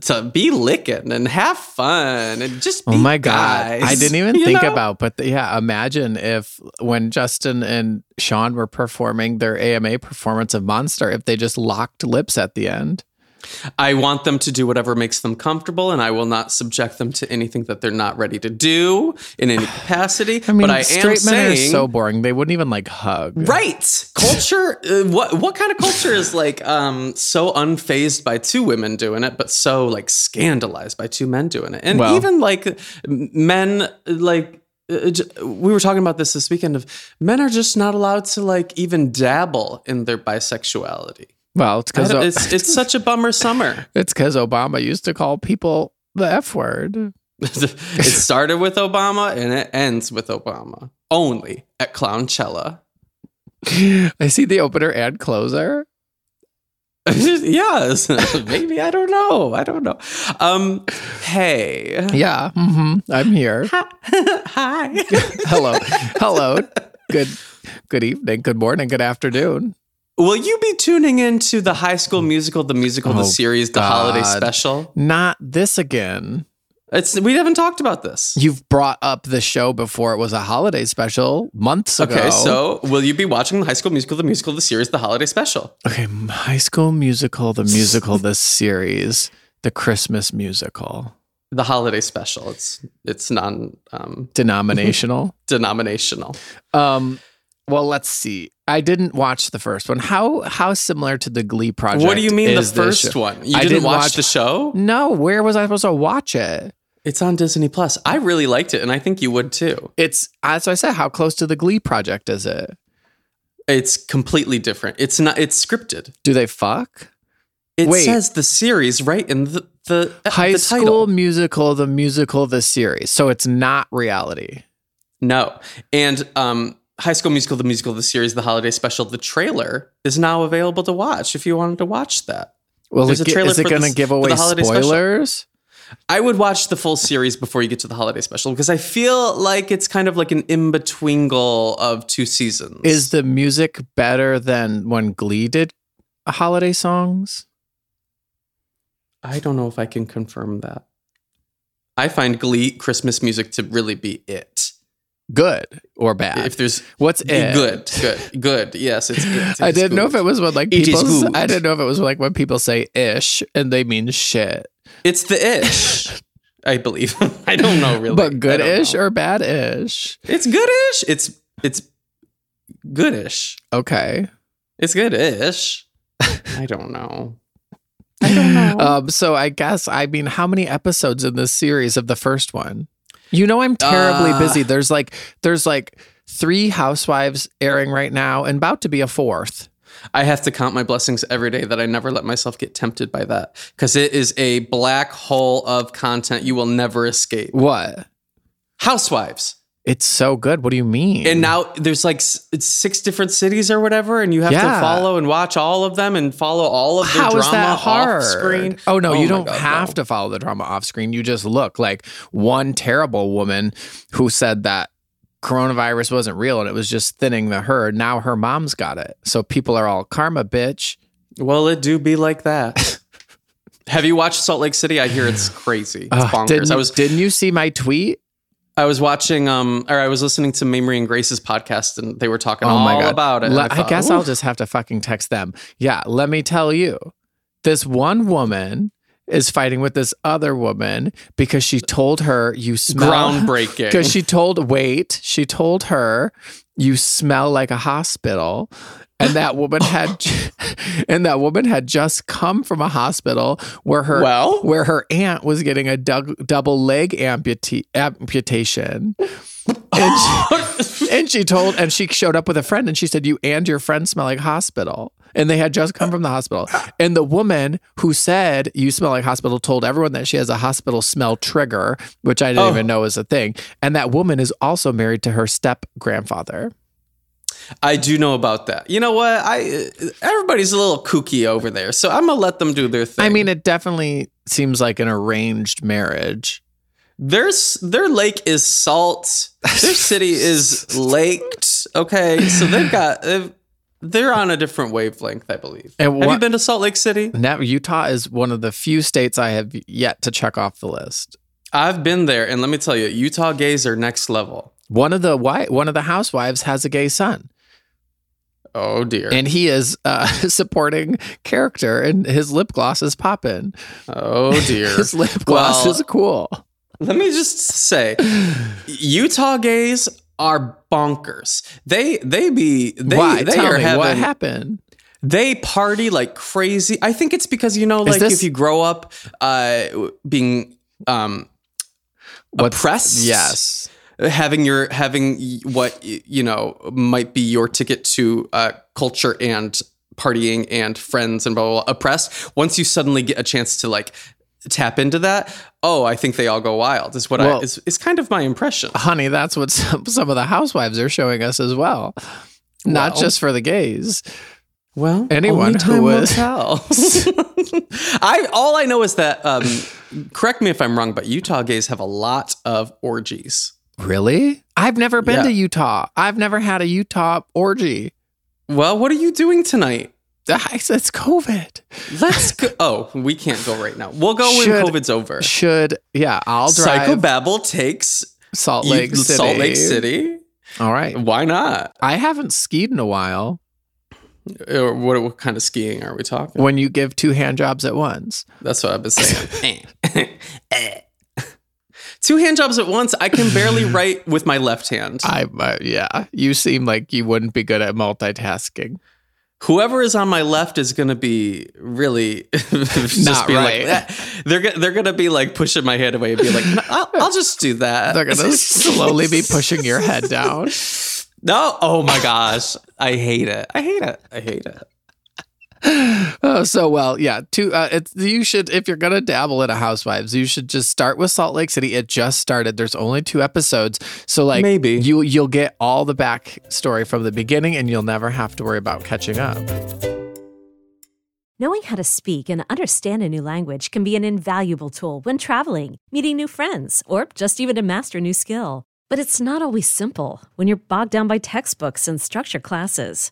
[SPEAKER 1] to be licking and have fun and just. Be
[SPEAKER 2] oh my God.
[SPEAKER 1] guys,
[SPEAKER 2] I didn't even
[SPEAKER 1] you
[SPEAKER 2] think
[SPEAKER 1] know?
[SPEAKER 2] about, but th- yeah, imagine if when Justin and Sean were performing their AMA performance of Monster, if they just locked lips at the end.
[SPEAKER 1] I want them to do whatever makes them comfortable, and I will not subject them to anything that they're not ready to do in any capacity.
[SPEAKER 2] I mean,
[SPEAKER 1] but I am
[SPEAKER 2] straight men
[SPEAKER 1] saying,
[SPEAKER 2] are so boring. They wouldn't even like hug.
[SPEAKER 1] Right. Culture uh, what what kind of culture is like um so unfazed by two women doing it but so like scandalized by two men doing it. And
[SPEAKER 2] Well.
[SPEAKER 1] even like m- men like uh, j- we were talking about this this weekend of men are just not allowed to like even dabble in their bisexuality.
[SPEAKER 2] Well, it's
[SPEAKER 1] I
[SPEAKER 2] because
[SPEAKER 1] don't- It's it's such a bummer summer.
[SPEAKER 2] it's because Obama used to call people the F word.
[SPEAKER 1] it started with Obama and it ends with Obama. Only at Clownchella.
[SPEAKER 2] I see the opener and closer.
[SPEAKER 1] yes, maybe I don't know. I don't know. Um, hey,
[SPEAKER 2] Yeah, hmm I'm here.
[SPEAKER 1] hi.
[SPEAKER 2] Hello, hello. Good, good evening. Good morning. Good afternoon.
[SPEAKER 1] Will you be tuning into the High School Musical, the musical,
[SPEAKER 2] Oh,
[SPEAKER 1] the series, the holiday
[SPEAKER 2] God.
[SPEAKER 1] special?
[SPEAKER 2] Not this again.
[SPEAKER 1] It's we haven't talked about this.
[SPEAKER 2] You've brought up the show before it was a holiday special months ago.
[SPEAKER 1] Okay, so will you be watching the High School Musical, the musical, the series, the holiday special?
[SPEAKER 2] okay, m- High School Musical, the musical, this series, the Christmas musical,
[SPEAKER 1] The holiday special. It's it's non um,
[SPEAKER 2] denominational.
[SPEAKER 1] denominational.
[SPEAKER 2] um, well, let's see. I didn't watch the first one. How how similar to the Glee project?
[SPEAKER 1] what do you mean the
[SPEAKER 2] is this
[SPEAKER 1] first
[SPEAKER 2] show?
[SPEAKER 1] one? You
[SPEAKER 2] I
[SPEAKER 1] didn't
[SPEAKER 2] didn't
[SPEAKER 1] watch,
[SPEAKER 2] watch-
[SPEAKER 1] the show?
[SPEAKER 2] No, where was I supposed to watch it?
[SPEAKER 1] It's on Disney Plus. I really liked it, and I think you would too.
[SPEAKER 2] It's as I said, how close to the Glee project is it?
[SPEAKER 1] It's completely different. It's not. It's scripted.
[SPEAKER 2] Do they fuck?
[SPEAKER 1] It
[SPEAKER 2] Wait.
[SPEAKER 1] says the series right in the the uh,
[SPEAKER 2] High
[SPEAKER 1] the
[SPEAKER 2] School
[SPEAKER 1] title.
[SPEAKER 2] Musical, the musical, the series. So it's not reality.
[SPEAKER 1] No, and um, High School Musical, the musical, the series, the holiday special, the trailer is now available to watch. If you wanted to watch that,
[SPEAKER 2] Well,
[SPEAKER 1] There's
[SPEAKER 2] is
[SPEAKER 1] a trailer
[SPEAKER 2] it
[SPEAKER 1] for
[SPEAKER 2] going to
[SPEAKER 1] this-
[SPEAKER 2] give
[SPEAKER 1] for the
[SPEAKER 2] away
[SPEAKER 1] holiday special.
[SPEAKER 2] spoilers?
[SPEAKER 1] I would watch the full series before you get to the holiday special because I feel like it's kind of like an in betweengle of two seasons.
[SPEAKER 2] Is the music better than when Glee did holiday songs?
[SPEAKER 1] I don't know if I can confirm that. I find Glee Christmas music to really be it.
[SPEAKER 2] Good or bad?
[SPEAKER 1] If there's
[SPEAKER 2] What's it?
[SPEAKER 1] good, good, good. Yes, it's. it.
[SPEAKER 2] I
[SPEAKER 1] It's
[SPEAKER 2] didn't know if
[SPEAKER 1] good.
[SPEAKER 2] it was when like
[SPEAKER 1] It is
[SPEAKER 2] people.
[SPEAKER 1] good.
[SPEAKER 2] I didn't know if it was like when people say "ish" and they mean shit.
[SPEAKER 1] It's the ish. I believe. I don't know really. I
[SPEAKER 2] But
[SPEAKER 1] don't
[SPEAKER 2] good-ish
[SPEAKER 1] know.
[SPEAKER 2] or bad-ish?
[SPEAKER 1] it's goodish. It's it's goodish.
[SPEAKER 2] Okay.
[SPEAKER 1] It's goodish. I don't know. I don't know.
[SPEAKER 2] Um, so I guess I mean, how many episodes in this series of the first one? You know, I'm terribly
[SPEAKER 1] Uh.
[SPEAKER 2] busy. There's like there's like three housewives airing right now, and about to be a fourth.
[SPEAKER 1] I have to count my blessings every day that I never let myself get tempted by that because it is a black hole of content you will never escape.
[SPEAKER 2] What?
[SPEAKER 1] Housewives.
[SPEAKER 2] It's so good. What do you mean?
[SPEAKER 1] And now there's like s- it's six different cities or whatever, and you have to
[SPEAKER 2] Yeah.
[SPEAKER 1] follow and watch all of them and follow all of their
[SPEAKER 2] How
[SPEAKER 1] drama
[SPEAKER 2] is that hard?
[SPEAKER 1] off screen.
[SPEAKER 2] Oh no,
[SPEAKER 1] my
[SPEAKER 2] you don't
[SPEAKER 1] God,
[SPEAKER 2] have
[SPEAKER 1] no.
[SPEAKER 2] to follow the drama off screen. You just look like one terrible woman who said that coronavirus wasn't real and it was just thinning the herd. Now her mom's got it, so people are all karma, bitch.
[SPEAKER 1] Well, it do be like that. Ah, have you watched Salt Lake City? I hear it's crazy. It's
[SPEAKER 2] Ugh,
[SPEAKER 1] bonkers.
[SPEAKER 2] Didn't,
[SPEAKER 1] I was
[SPEAKER 2] didn't you see my tweet?
[SPEAKER 1] I was watching um or I was listening to Mamrie and Grace's podcast and they were talking all about it. and
[SPEAKER 2] Oh Le- I,
[SPEAKER 1] thought,
[SPEAKER 2] guess
[SPEAKER 1] "Ooh."
[SPEAKER 2] I'll just have to fucking text them. Yeah, let me tell you, this one woman is fighting with this other woman because she told her you smell
[SPEAKER 1] groundbreaking.
[SPEAKER 2] Because she told, wait, she told her, you smell like a hospital. And that woman had, and that woman had just come from a hospital where her,
[SPEAKER 1] Well?
[SPEAKER 2] where her aunt was getting a dou- double leg amputa- amputation. And she, and she told, and she showed up with a friend and she said, You and your friend smell like hospital. And they had just come from the hospital. And the woman who said, You smell like hospital, told everyone that she has a hospital smell trigger, which I didn't
[SPEAKER 1] Oh.
[SPEAKER 2] even know was a thing. And that woman is also married to her step grandfather.
[SPEAKER 1] I do know about that. You know what? I everybody's a little kooky over there, so I'm gonna let them do their thing.
[SPEAKER 2] I mean, it definitely seems like an arranged marriage.
[SPEAKER 1] there's their lake is salt. Their city is laked. Okay, so they've got they've- they're on a different wavelength, I believe. Have
[SPEAKER 2] And what-
[SPEAKER 1] you been to Salt Lake City?
[SPEAKER 2] Now, Utah is one of the few states I have yet to check off the list.
[SPEAKER 1] I've been there, and let me tell you, Utah gays are next level.
[SPEAKER 2] One of the wi- one of the housewives has a gay son.
[SPEAKER 1] Oh dear.
[SPEAKER 2] and he is uh, supporting character, and his lip gloss is popping.
[SPEAKER 1] oh dear.
[SPEAKER 2] His lip gloss
[SPEAKER 1] Well-
[SPEAKER 2] is cool.
[SPEAKER 1] Let me just say, Utah gays are bonkers. They they be they
[SPEAKER 2] Why?
[SPEAKER 1] they
[SPEAKER 2] Tell
[SPEAKER 1] are
[SPEAKER 2] me
[SPEAKER 1] having
[SPEAKER 2] what happened.
[SPEAKER 1] they party like crazy. I think it's because you know, like
[SPEAKER 2] this-
[SPEAKER 1] if you grow up uh, w- being um,
[SPEAKER 2] What's-
[SPEAKER 1] oppressed,
[SPEAKER 2] Yes,
[SPEAKER 1] having your having y- what y- you know might be your ticket to uh, culture and partying and friends and blah, blah blah oppressed. Once you suddenly get a chance to like tap into that, oh, I think they all go wild. Is what I
[SPEAKER 2] Well-
[SPEAKER 1] is, is kind of my impression.
[SPEAKER 2] honey, that's what some, some of the housewives are showing us as well. Not
[SPEAKER 1] Well.
[SPEAKER 2] just for the gays.
[SPEAKER 1] Well,
[SPEAKER 2] Anyone
[SPEAKER 1] only
[SPEAKER 2] who
[SPEAKER 1] time will
[SPEAKER 2] was-
[SPEAKER 1] tell. I all I know is that. Um, correct me if I'm wrong, but Utah gays have a lot of orgies.
[SPEAKER 2] Really? I've never been
[SPEAKER 1] Yeah.
[SPEAKER 2] to Utah. I've never had a Utah orgy.
[SPEAKER 1] Well, what are you doing tonight?
[SPEAKER 2] It's COVID.
[SPEAKER 1] Let's go. Oh, we can't go right now. We'll go
[SPEAKER 2] Should-
[SPEAKER 1] when COVID's over.
[SPEAKER 2] Should yeah? I'll drive
[SPEAKER 1] Psychobabble takes
[SPEAKER 2] Salt
[SPEAKER 1] you-
[SPEAKER 2] Lake City.
[SPEAKER 1] Salt Lake City.
[SPEAKER 2] All right.
[SPEAKER 1] Why not?
[SPEAKER 2] I haven't skied in a while.
[SPEAKER 1] Or what, what kind of skiing are we talking?
[SPEAKER 2] When you give two hand jobs at once.
[SPEAKER 1] That's what I've been saying. Eh. Two hand jobs at once. I can barely write with my left hand.
[SPEAKER 2] I uh, yeah, you seem like you wouldn't be good at multitasking.
[SPEAKER 1] whoever is on my left is going to be really just
[SPEAKER 2] Not
[SPEAKER 1] be like
[SPEAKER 2] right.
[SPEAKER 1] that. They're go- they're going to be like pushing my head away and be like, "No, I'll, I'll just do that.
[SPEAKER 2] They're gonna slowly be pushing your head down.
[SPEAKER 1] No, oh my gosh, I hate it. I hate it. I hate it.
[SPEAKER 2] Oh, so well, yeah. Two, uh, it's you should if you're gonna dabble into Housewives, you should just start with Salt Lake City. It just started. There's only two episodes, so like
[SPEAKER 1] Maybe.
[SPEAKER 2] you you'll get all the backstory from the beginning, and you'll never have to worry about catching up.
[SPEAKER 4] Knowing how to speak and understand a new language can be an invaluable tool when traveling, meeting new friends, or just even to master a new skill. But it's not always simple when you're bogged down by textbooks and structure classes.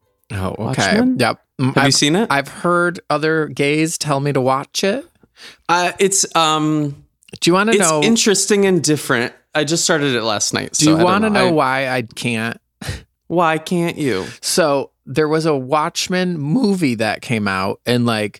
[SPEAKER 2] Oh, okay.
[SPEAKER 1] Watchmen?
[SPEAKER 2] Yep. Mm,
[SPEAKER 1] Have you
[SPEAKER 2] I've-
[SPEAKER 1] seen it?
[SPEAKER 2] I've heard other gays tell me to watch it.
[SPEAKER 1] Uh, it's um,
[SPEAKER 2] Do you want to
[SPEAKER 1] it's
[SPEAKER 2] know?
[SPEAKER 1] interesting and different. I just started it last night.
[SPEAKER 2] do
[SPEAKER 1] so
[SPEAKER 2] you
[SPEAKER 1] I don't
[SPEAKER 2] want to know
[SPEAKER 1] I-
[SPEAKER 2] why I can't?
[SPEAKER 1] why can't you?
[SPEAKER 2] So there was a Watchmen movie that came out in like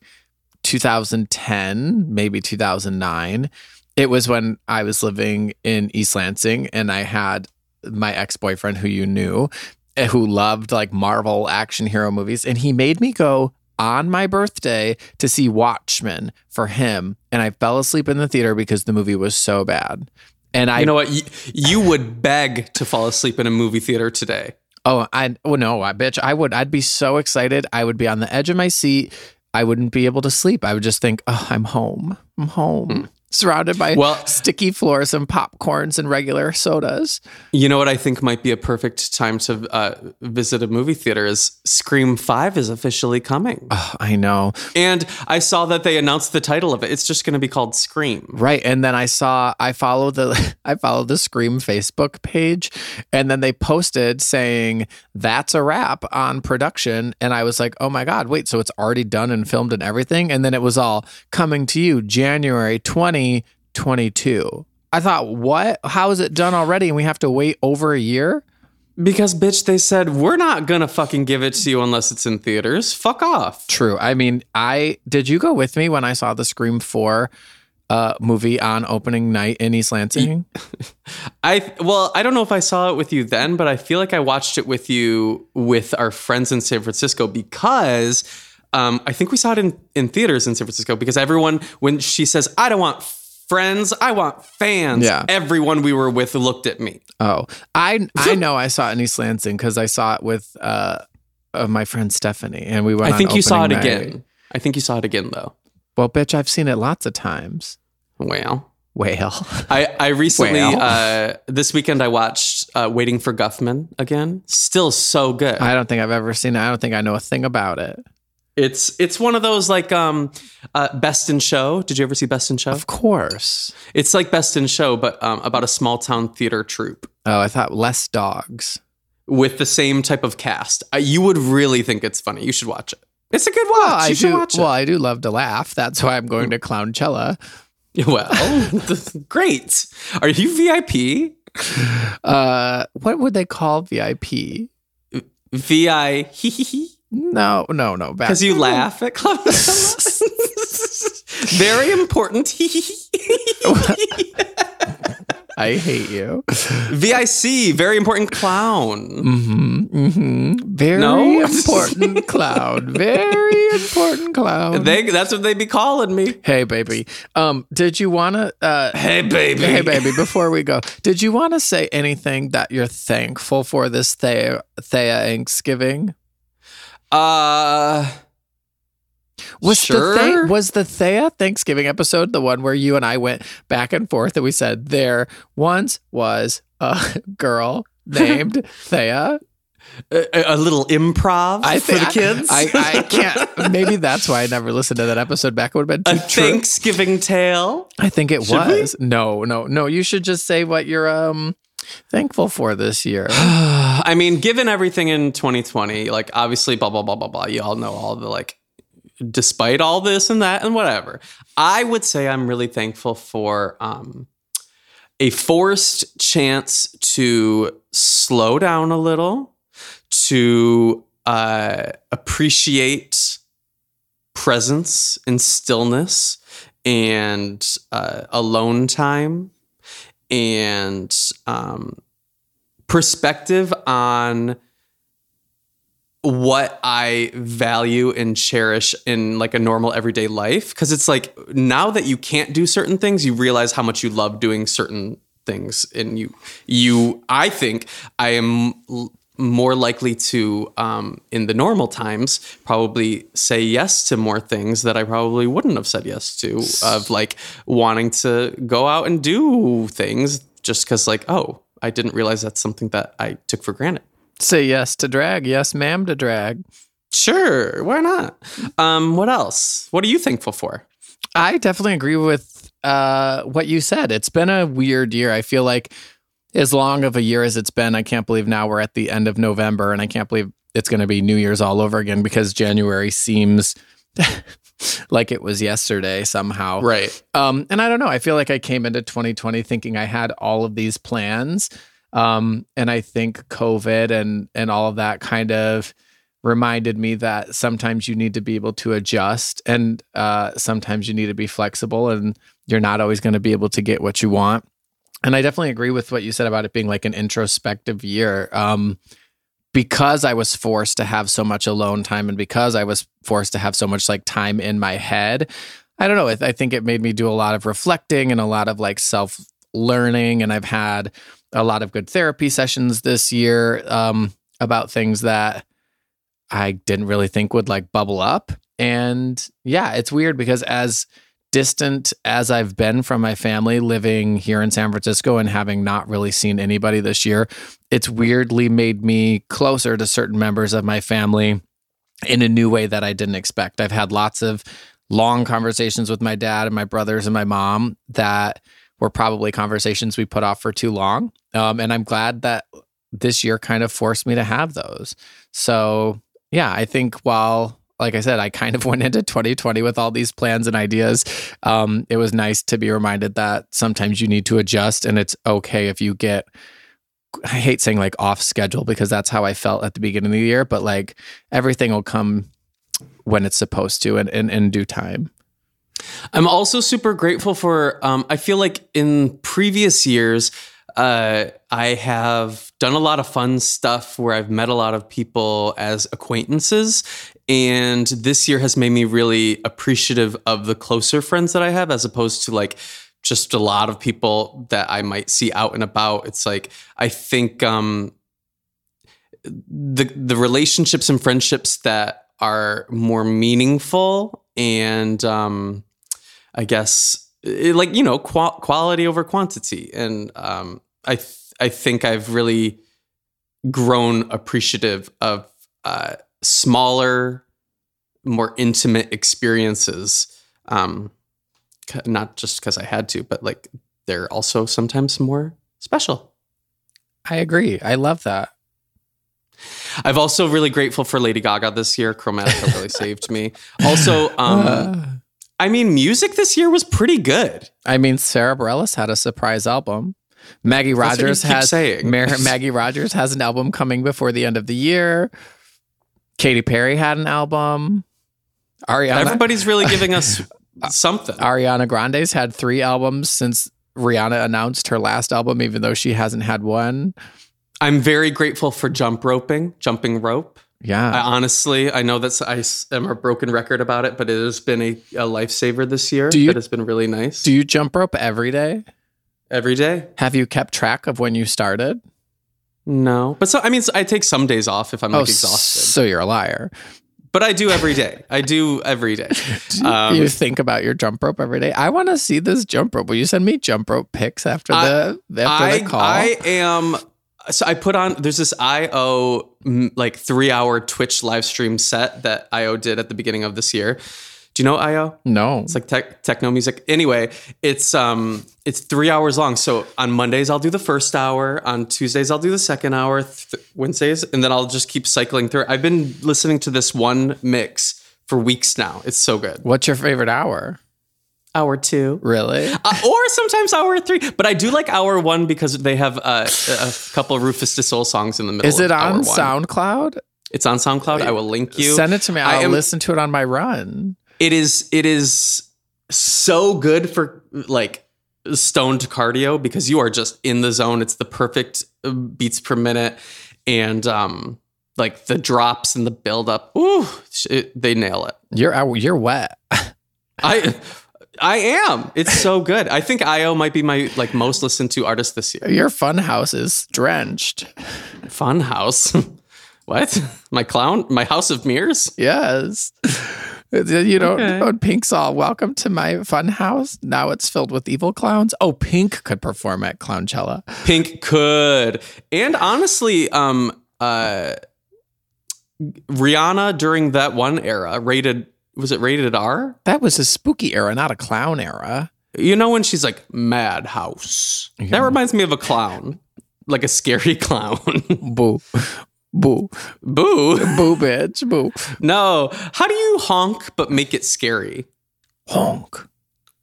[SPEAKER 2] 2010, maybe 2009. It was when I was living in East Lansing and I had my ex boyfriend who you knew eh, who loved like Marvel action hero movies. And he made me go on my birthday to see Watchmen for him. And I fell asleep in the theater because the movie was so bad. And I
[SPEAKER 1] you know what? You, you would beg to fall asleep in a movie theater today.
[SPEAKER 2] Oh, I well, no, I bitch, I would. I'd be so excited. I would be on the edge of my seat. I wouldn't be able to sleep. I would just think, oh, I'm home. I'm home, surrounded by
[SPEAKER 1] Well-
[SPEAKER 2] sticky floors and popcorns and regular sodas.
[SPEAKER 1] You know what I think might be a perfect time to uh, visit a movie theater is Scream 5 is officially coming.
[SPEAKER 2] Oh, I know,
[SPEAKER 1] And I saw that they announced the title of it. It's just going to be called Scream.
[SPEAKER 2] right? And then I saw, I follow the, I follow the Scream Facebook page, and then they posted saying that's a wrap on production, and I was like, oh my god, wait, so it's already done and filmed and everything, and then it was all coming to you January twenty. 22. I thought, what? How is it done already? And we have to wait over a year?
[SPEAKER 1] Because, bitch, they said, we're not going to fucking give it to you unless it's in theaters. Fuck off.
[SPEAKER 2] True. I mean, I did you go with me when I saw the Scream 4 uh, movie on opening night in East Lansing?
[SPEAKER 1] I, well, I don't know if I saw it with you then, but I feel like I watched it with you with our friends in San Francisco because. Um, I think we saw it in, in theaters in San Francisco because everyone, when she says, I don't want friends, I want fans,
[SPEAKER 2] Yeah.
[SPEAKER 1] everyone we were with looked at me.
[SPEAKER 2] Oh, I I know I saw it in East Lansing because I saw it with uh, uh, my friend Stephanie and we went
[SPEAKER 1] I
[SPEAKER 2] on
[SPEAKER 1] think you saw it
[SPEAKER 2] opening night.
[SPEAKER 1] again. I think you saw it again, though.
[SPEAKER 2] Well, bitch, I've seen it lots of times.
[SPEAKER 1] Wow.
[SPEAKER 2] Well,
[SPEAKER 1] I, I recently
[SPEAKER 2] Well.
[SPEAKER 1] uh, this weekend I watched uh, Waiting for Guffman again. Still so good.
[SPEAKER 2] I don't think I've ever seen it. I don't think I know a thing about it.
[SPEAKER 1] it's it's one of those like um, uh, Best in Show. Did you ever see Best in Show?
[SPEAKER 2] Of course.
[SPEAKER 1] It's like Best in Show, but um, about a small town theater troupe
[SPEAKER 2] Oh, I thought less dogs.
[SPEAKER 1] with the same type of cast. Uh, you would really think it's funny. You should watch it. It's a good watch.
[SPEAKER 2] I
[SPEAKER 1] you should
[SPEAKER 2] do,
[SPEAKER 1] watch it.
[SPEAKER 2] Well, I do love to laugh. That's why I'm going to Clowncella.
[SPEAKER 1] well, great. Are you VIP?
[SPEAKER 2] Uh, what would they call VIP?
[SPEAKER 1] VI
[SPEAKER 2] No, no, no. Back.
[SPEAKER 1] because you laugh at club. Very important.
[SPEAKER 2] I hate you.
[SPEAKER 1] VIC, very important clown.
[SPEAKER 2] hmm hmm Very
[SPEAKER 1] No?
[SPEAKER 2] important cloud. Very important cloud.
[SPEAKER 1] They, that's what they be calling me.
[SPEAKER 2] hey, baby. Um, did you want to? Uh,
[SPEAKER 1] Hey, baby.
[SPEAKER 2] Hey, baby, before we go, did you want to say anything that you're thankful for this Thea, Thea Thanksgiving?
[SPEAKER 1] Uh,
[SPEAKER 2] Was the
[SPEAKER 1] Sure.
[SPEAKER 2] Thea, was the Thea Thanksgiving episode the one where you and I went back and forth and we said there once was a girl named Thea?
[SPEAKER 1] A, a little improv
[SPEAKER 2] thi-
[SPEAKER 1] for the kids.
[SPEAKER 2] I, I, can't. Maybe that's why I never listened to that episode back. It would have been
[SPEAKER 1] a
[SPEAKER 2] too true.
[SPEAKER 1] Thanksgiving tale.
[SPEAKER 2] I think it
[SPEAKER 1] Should we?
[SPEAKER 2] was. No, no, no. You should just say what you're um thankful for this year.
[SPEAKER 1] I mean, given everything in 2020, like obviously, blah blah blah blah blah. You all know all the like, despite all this and that and whatever. I would say I'm really thankful for um, a forced chance to slow down a little, to uh, appreciate presence and stillness and uh, alone time and um, perspective on what I value and cherish in like a normal everyday life. Cause it's like now that you can't do certain things, you realize how much you love doing certain things. And you, you, I think I am l- more likely to, um, in the normal times, probably say yes to more things that I probably wouldn't have said yes to, of like wanting to go out and do things just cause like, oh, I didn't realize that's something that I took for granted.
[SPEAKER 2] Say yes to drag. Yes, ma'am, to drag.
[SPEAKER 1] Sure, why not? Um, what else? What are you thankful for?
[SPEAKER 2] I definitely agree with uh, what you said. It's been a weird year. I feel like as long of a year as it's been, I can't believe now we're at the end of November and I can't believe it's going to be New Year's all over again because January seems like it was yesterday somehow.
[SPEAKER 1] Right.
[SPEAKER 2] Um, and I don't know. I feel like I came into 2020 thinking I had all of these plans. Um, and I think COVID and and all of that kind of reminded me that sometimes you need to be able to adjust and uh, sometimes you need to be flexible and you're not always going to be able to get what you want. And I definitely agree with what you said about it being like an introspective year. Um, because I was forced to have so much alone time and because I was forced to have so much like time in my head, I don't know. I, I think it made me do a lot of reflecting and a lot of like self learning. And I've had a lot of good therapy sessions this year um, about things that I didn't really think would like bubble up. And yeah, it's weird because as distant as I've been from my family living here in San Francisco and having not really seen anybody this year, it's weirdly made me closer to certain members of my family in a new way that I didn't expect. I've had lots of long conversations with my dad and my brothers and my mom that were probably conversations we put off for too long. Um, and I'm glad that this year kind of forced me to have those. So, yeah, I think while, like I said, I kind of went into 2020 with all these plans and ideas, um, it was nice to be reminded that sometimes you need to adjust and it's okay if you get. I hate saying like off schedule because that's how I felt at the beginning of the year, but like everything will come when it's supposed to and in, in due time.
[SPEAKER 1] I'm also super grateful for. Um, I feel like in previous years, uh, I have done a lot of fun stuff where I've met a lot of people as acquaintances, and this year has made me really appreciative of the closer friends that I have, as opposed to like just a lot of people that I might see out and about. It's like I think um, the the relationships and friendships that are more meaningful and um, I guess eh, like you know qua quality over quantity, and um, I th- I think I've really grown appreciative of uh, smaller, more intimate experiences. Um, c- not just because I had to, but like they're also sometimes more special.
[SPEAKER 2] I agree. I love that.
[SPEAKER 1] I've also really grateful for Lady Gaga this year. Chromatica really saved me. Also, um,
[SPEAKER 2] Uh,
[SPEAKER 1] I mean, music this year was pretty good.
[SPEAKER 2] I mean, Sarah Bareilles had a surprise album. Maggie
[SPEAKER 1] what you
[SPEAKER 2] Rogers
[SPEAKER 1] keep
[SPEAKER 2] has
[SPEAKER 1] saying.
[SPEAKER 2] Mar- Maggie Rogers has an album coming before the end of the year. Katy Perry had an album. Ariana
[SPEAKER 1] Everybody's really giving us something.
[SPEAKER 2] Ariana Grande's had three albums since Rihanna announced her last album, even though she hasn't had one.
[SPEAKER 1] I'm very grateful for jump roping, jumping rope. I
[SPEAKER 2] Yeah.
[SPEAKER 1] honestly, I know that's I s- am a broken record about it, but it has been a, a lifesaver this year.
[SPEAKER 2] Do you-
[SPEAKER 1] it has been really nice
[SPEAKER 2] Do you jump rope every day?
[SPEAKER 1] every day.
[SPEAKER 2] Have you kept track of when you started? Oh,
[SPEAKER 1] No, but so I mean, so I take some days off if I'm like exhausted.
[SPEAKER 2] So you're a liar.
[SPEAKER 1] but I do every day. I do every day. Um,
[SPEAKER 2] you think about your jump rope every day. I want to see this jump rope. Will you send me jump rope pics after the after
[SPEAKER 1] I,
[SPEAKER 2] the call?
[SPEAKER 1] I am. So I put on. There's this IO mm, like three hour Twitch live stream set that IO did at the beginning of this year. Do you know IO?
[SPEAKER 2] no,
[SPEAKER 1] It's like tech, techno music. Anyway, it's um it's three hours long. So on Mondays I'll do the first hour. On Tuesdays I'll do the second hour. Th- Wednesdays and then I'll just keep cycling through. I've been listening to this one mix for weeks now. It's so good.
[SPEAKER 2] what's your favorite hour?
[SPEAKER 1] Hour two.
[SPEAKER 2] Really?
[SPEAKER 1] Uh, or sometimes hour three, but I do like hour one because they have uh, a a couple of Rufus de Soul songs in the middle.
[SPEAKER 2] Is it
[SPEAKER 1] of hour
[SPEAKER 2] on
[SPEAKER 1] one.
[SPEAKER 2] SoundCloud?
[SPEAKER 1] It's on SoundCloud. I will link you.
[SPEAKER 2] Send it to me.
[SPEAKER 1] I
[SPEAKER 2] I'll
[SPEAKER 1] am-
[SPEAKER 2] listen to it on my run.
[SPEAKER 1] it is it is so good for like stoned cardio because you are just in the zone it's the perfect uh, beats per minute and um like the drops and the build up ooh sh- it, they nail it
[SPEAKER 2] You're out- you're wet.
[SPEAKER 1] i i am it's so good i think io might be my like most listened to artist this year
[SPEAKER 2] Your fun house is drenched.
[SPEAKER 1] fun house what my clown my house of mirrors
[SPEAKER 2] Yes. You don't
[SPEAKER 1] Okay.
[SPEAKER 2] own Pink Saw. Welcome to my fun house. Now it's filled with evil clowns. Oh, Pink could perform at Clownchella.
[SPEAKER 1] Pink could. And honestly, um uh Rihanna during that one era rated was it rated R?
[SPEAKER 2] That was a spooky era, not a clown era.
[SPEAKER 1] You know when she's like Madhouse. That reminds me of a clown. Like a scary clown.
[SPEAKER 2] Boo. Boo.
[SPEAKER 1] Boo.
[SPEAKER 2] Boo, bitch. Boo.
[SPEAKER 1] No. How do you honk but make it scary?
[SPEAKER 2] Honk.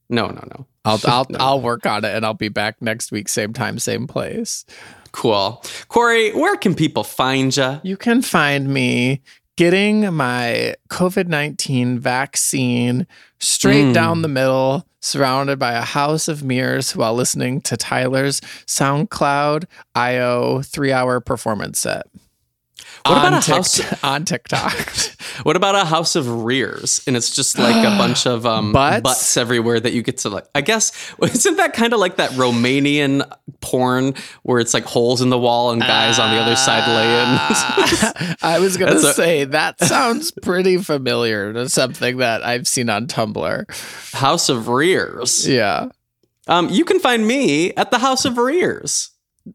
[SPEAKER 1] No, no, no.
[SPEAKER 2] I'll I'll
[SPEAKER 1] No.
[SPEAKER 2] I'll work on it and I'll be back next week, same time, same place.
[SPEAKER 1] Cool. Corey, where can people find ya?
[SPEAKER 2] You can find me getting my COVID 19 vaccine straight
[SPEAKER 1] Mm.
[SPEAKER 2] down the middle, surrounded by a house of mirrors while listening to Tyler's SoundCloud IO three hour performance set.
[SPEAKER 1] What
[SPEAKER 2] on
[SPEAKER 1] about a
[SPEAKER 2] Tik-
[SPEAKER 1] house-
[SPEAKER 2] on TikTok?
[SPEAKER 1] What about a house of rears? And it's just like a bunch of um,
[SPEAKER 2] Butts?
[SPEAKER 1] butts? everywhere that you get to like. I guess isn't that kind of like that Romanian porn where it's like holes in the wall and guys on the other side lay in.
[SPEAKER 2] Ah. I was going to
[SPEAKER 1] That's a-
[SPEAKER 2] say that sounds pretty familiar to something that I've seen on Tumblr.
[SPEAKER 1] house of rears.
[SPEAKER 2] Yeah.
[SPEAKER 1] Um, you can find me at the house of rears.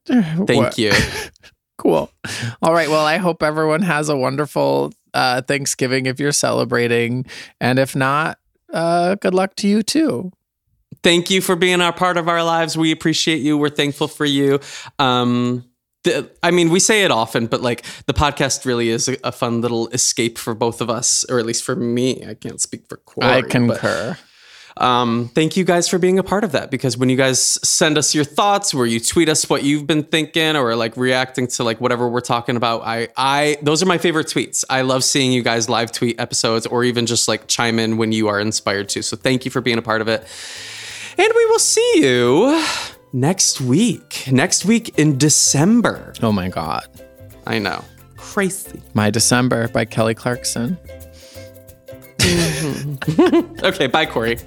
[SPEAKER 1] Thank
[SPEAKER 2] What-
[SPEAKER 1] you.
[SPEAKER 2] Cool. All right. Well, I hope everyone has a wonderful uh, Thanksgiving if you're celebrating. And if not, uh, good luck to you too.
[SPEAKER 1] Thank you for being our part of our lives. We appreciate you. We're thankful for you. Um, the, I mean, we say it often, but like the podcast really is a, a fun little escape for both of us, or at least for me. I can't speak for Corey.
[SPEAKER 2] I
[SPEAKER 1] but,
[SPEAKER 2] concur.
[SPEAKER 1] um, thank you guys for being a part of that because when you guys send us your thoughts, where you tweet us what you've been thinking or like reacting to like whatever we're talking about, I I those are my favorite tweets. I love seeing you guys live tweet episodes or even just like chime in when you are inspired to. So thank you for being a part of it. And we will see you next week. Next week in December.
[SPEAKER 2] Oh my God.
[SPEAKER 1] I know. Crazy.
[SPEAKER 2] My December by Kelly Clarkson.
[SPEAKER 1] Okay, bye Corey.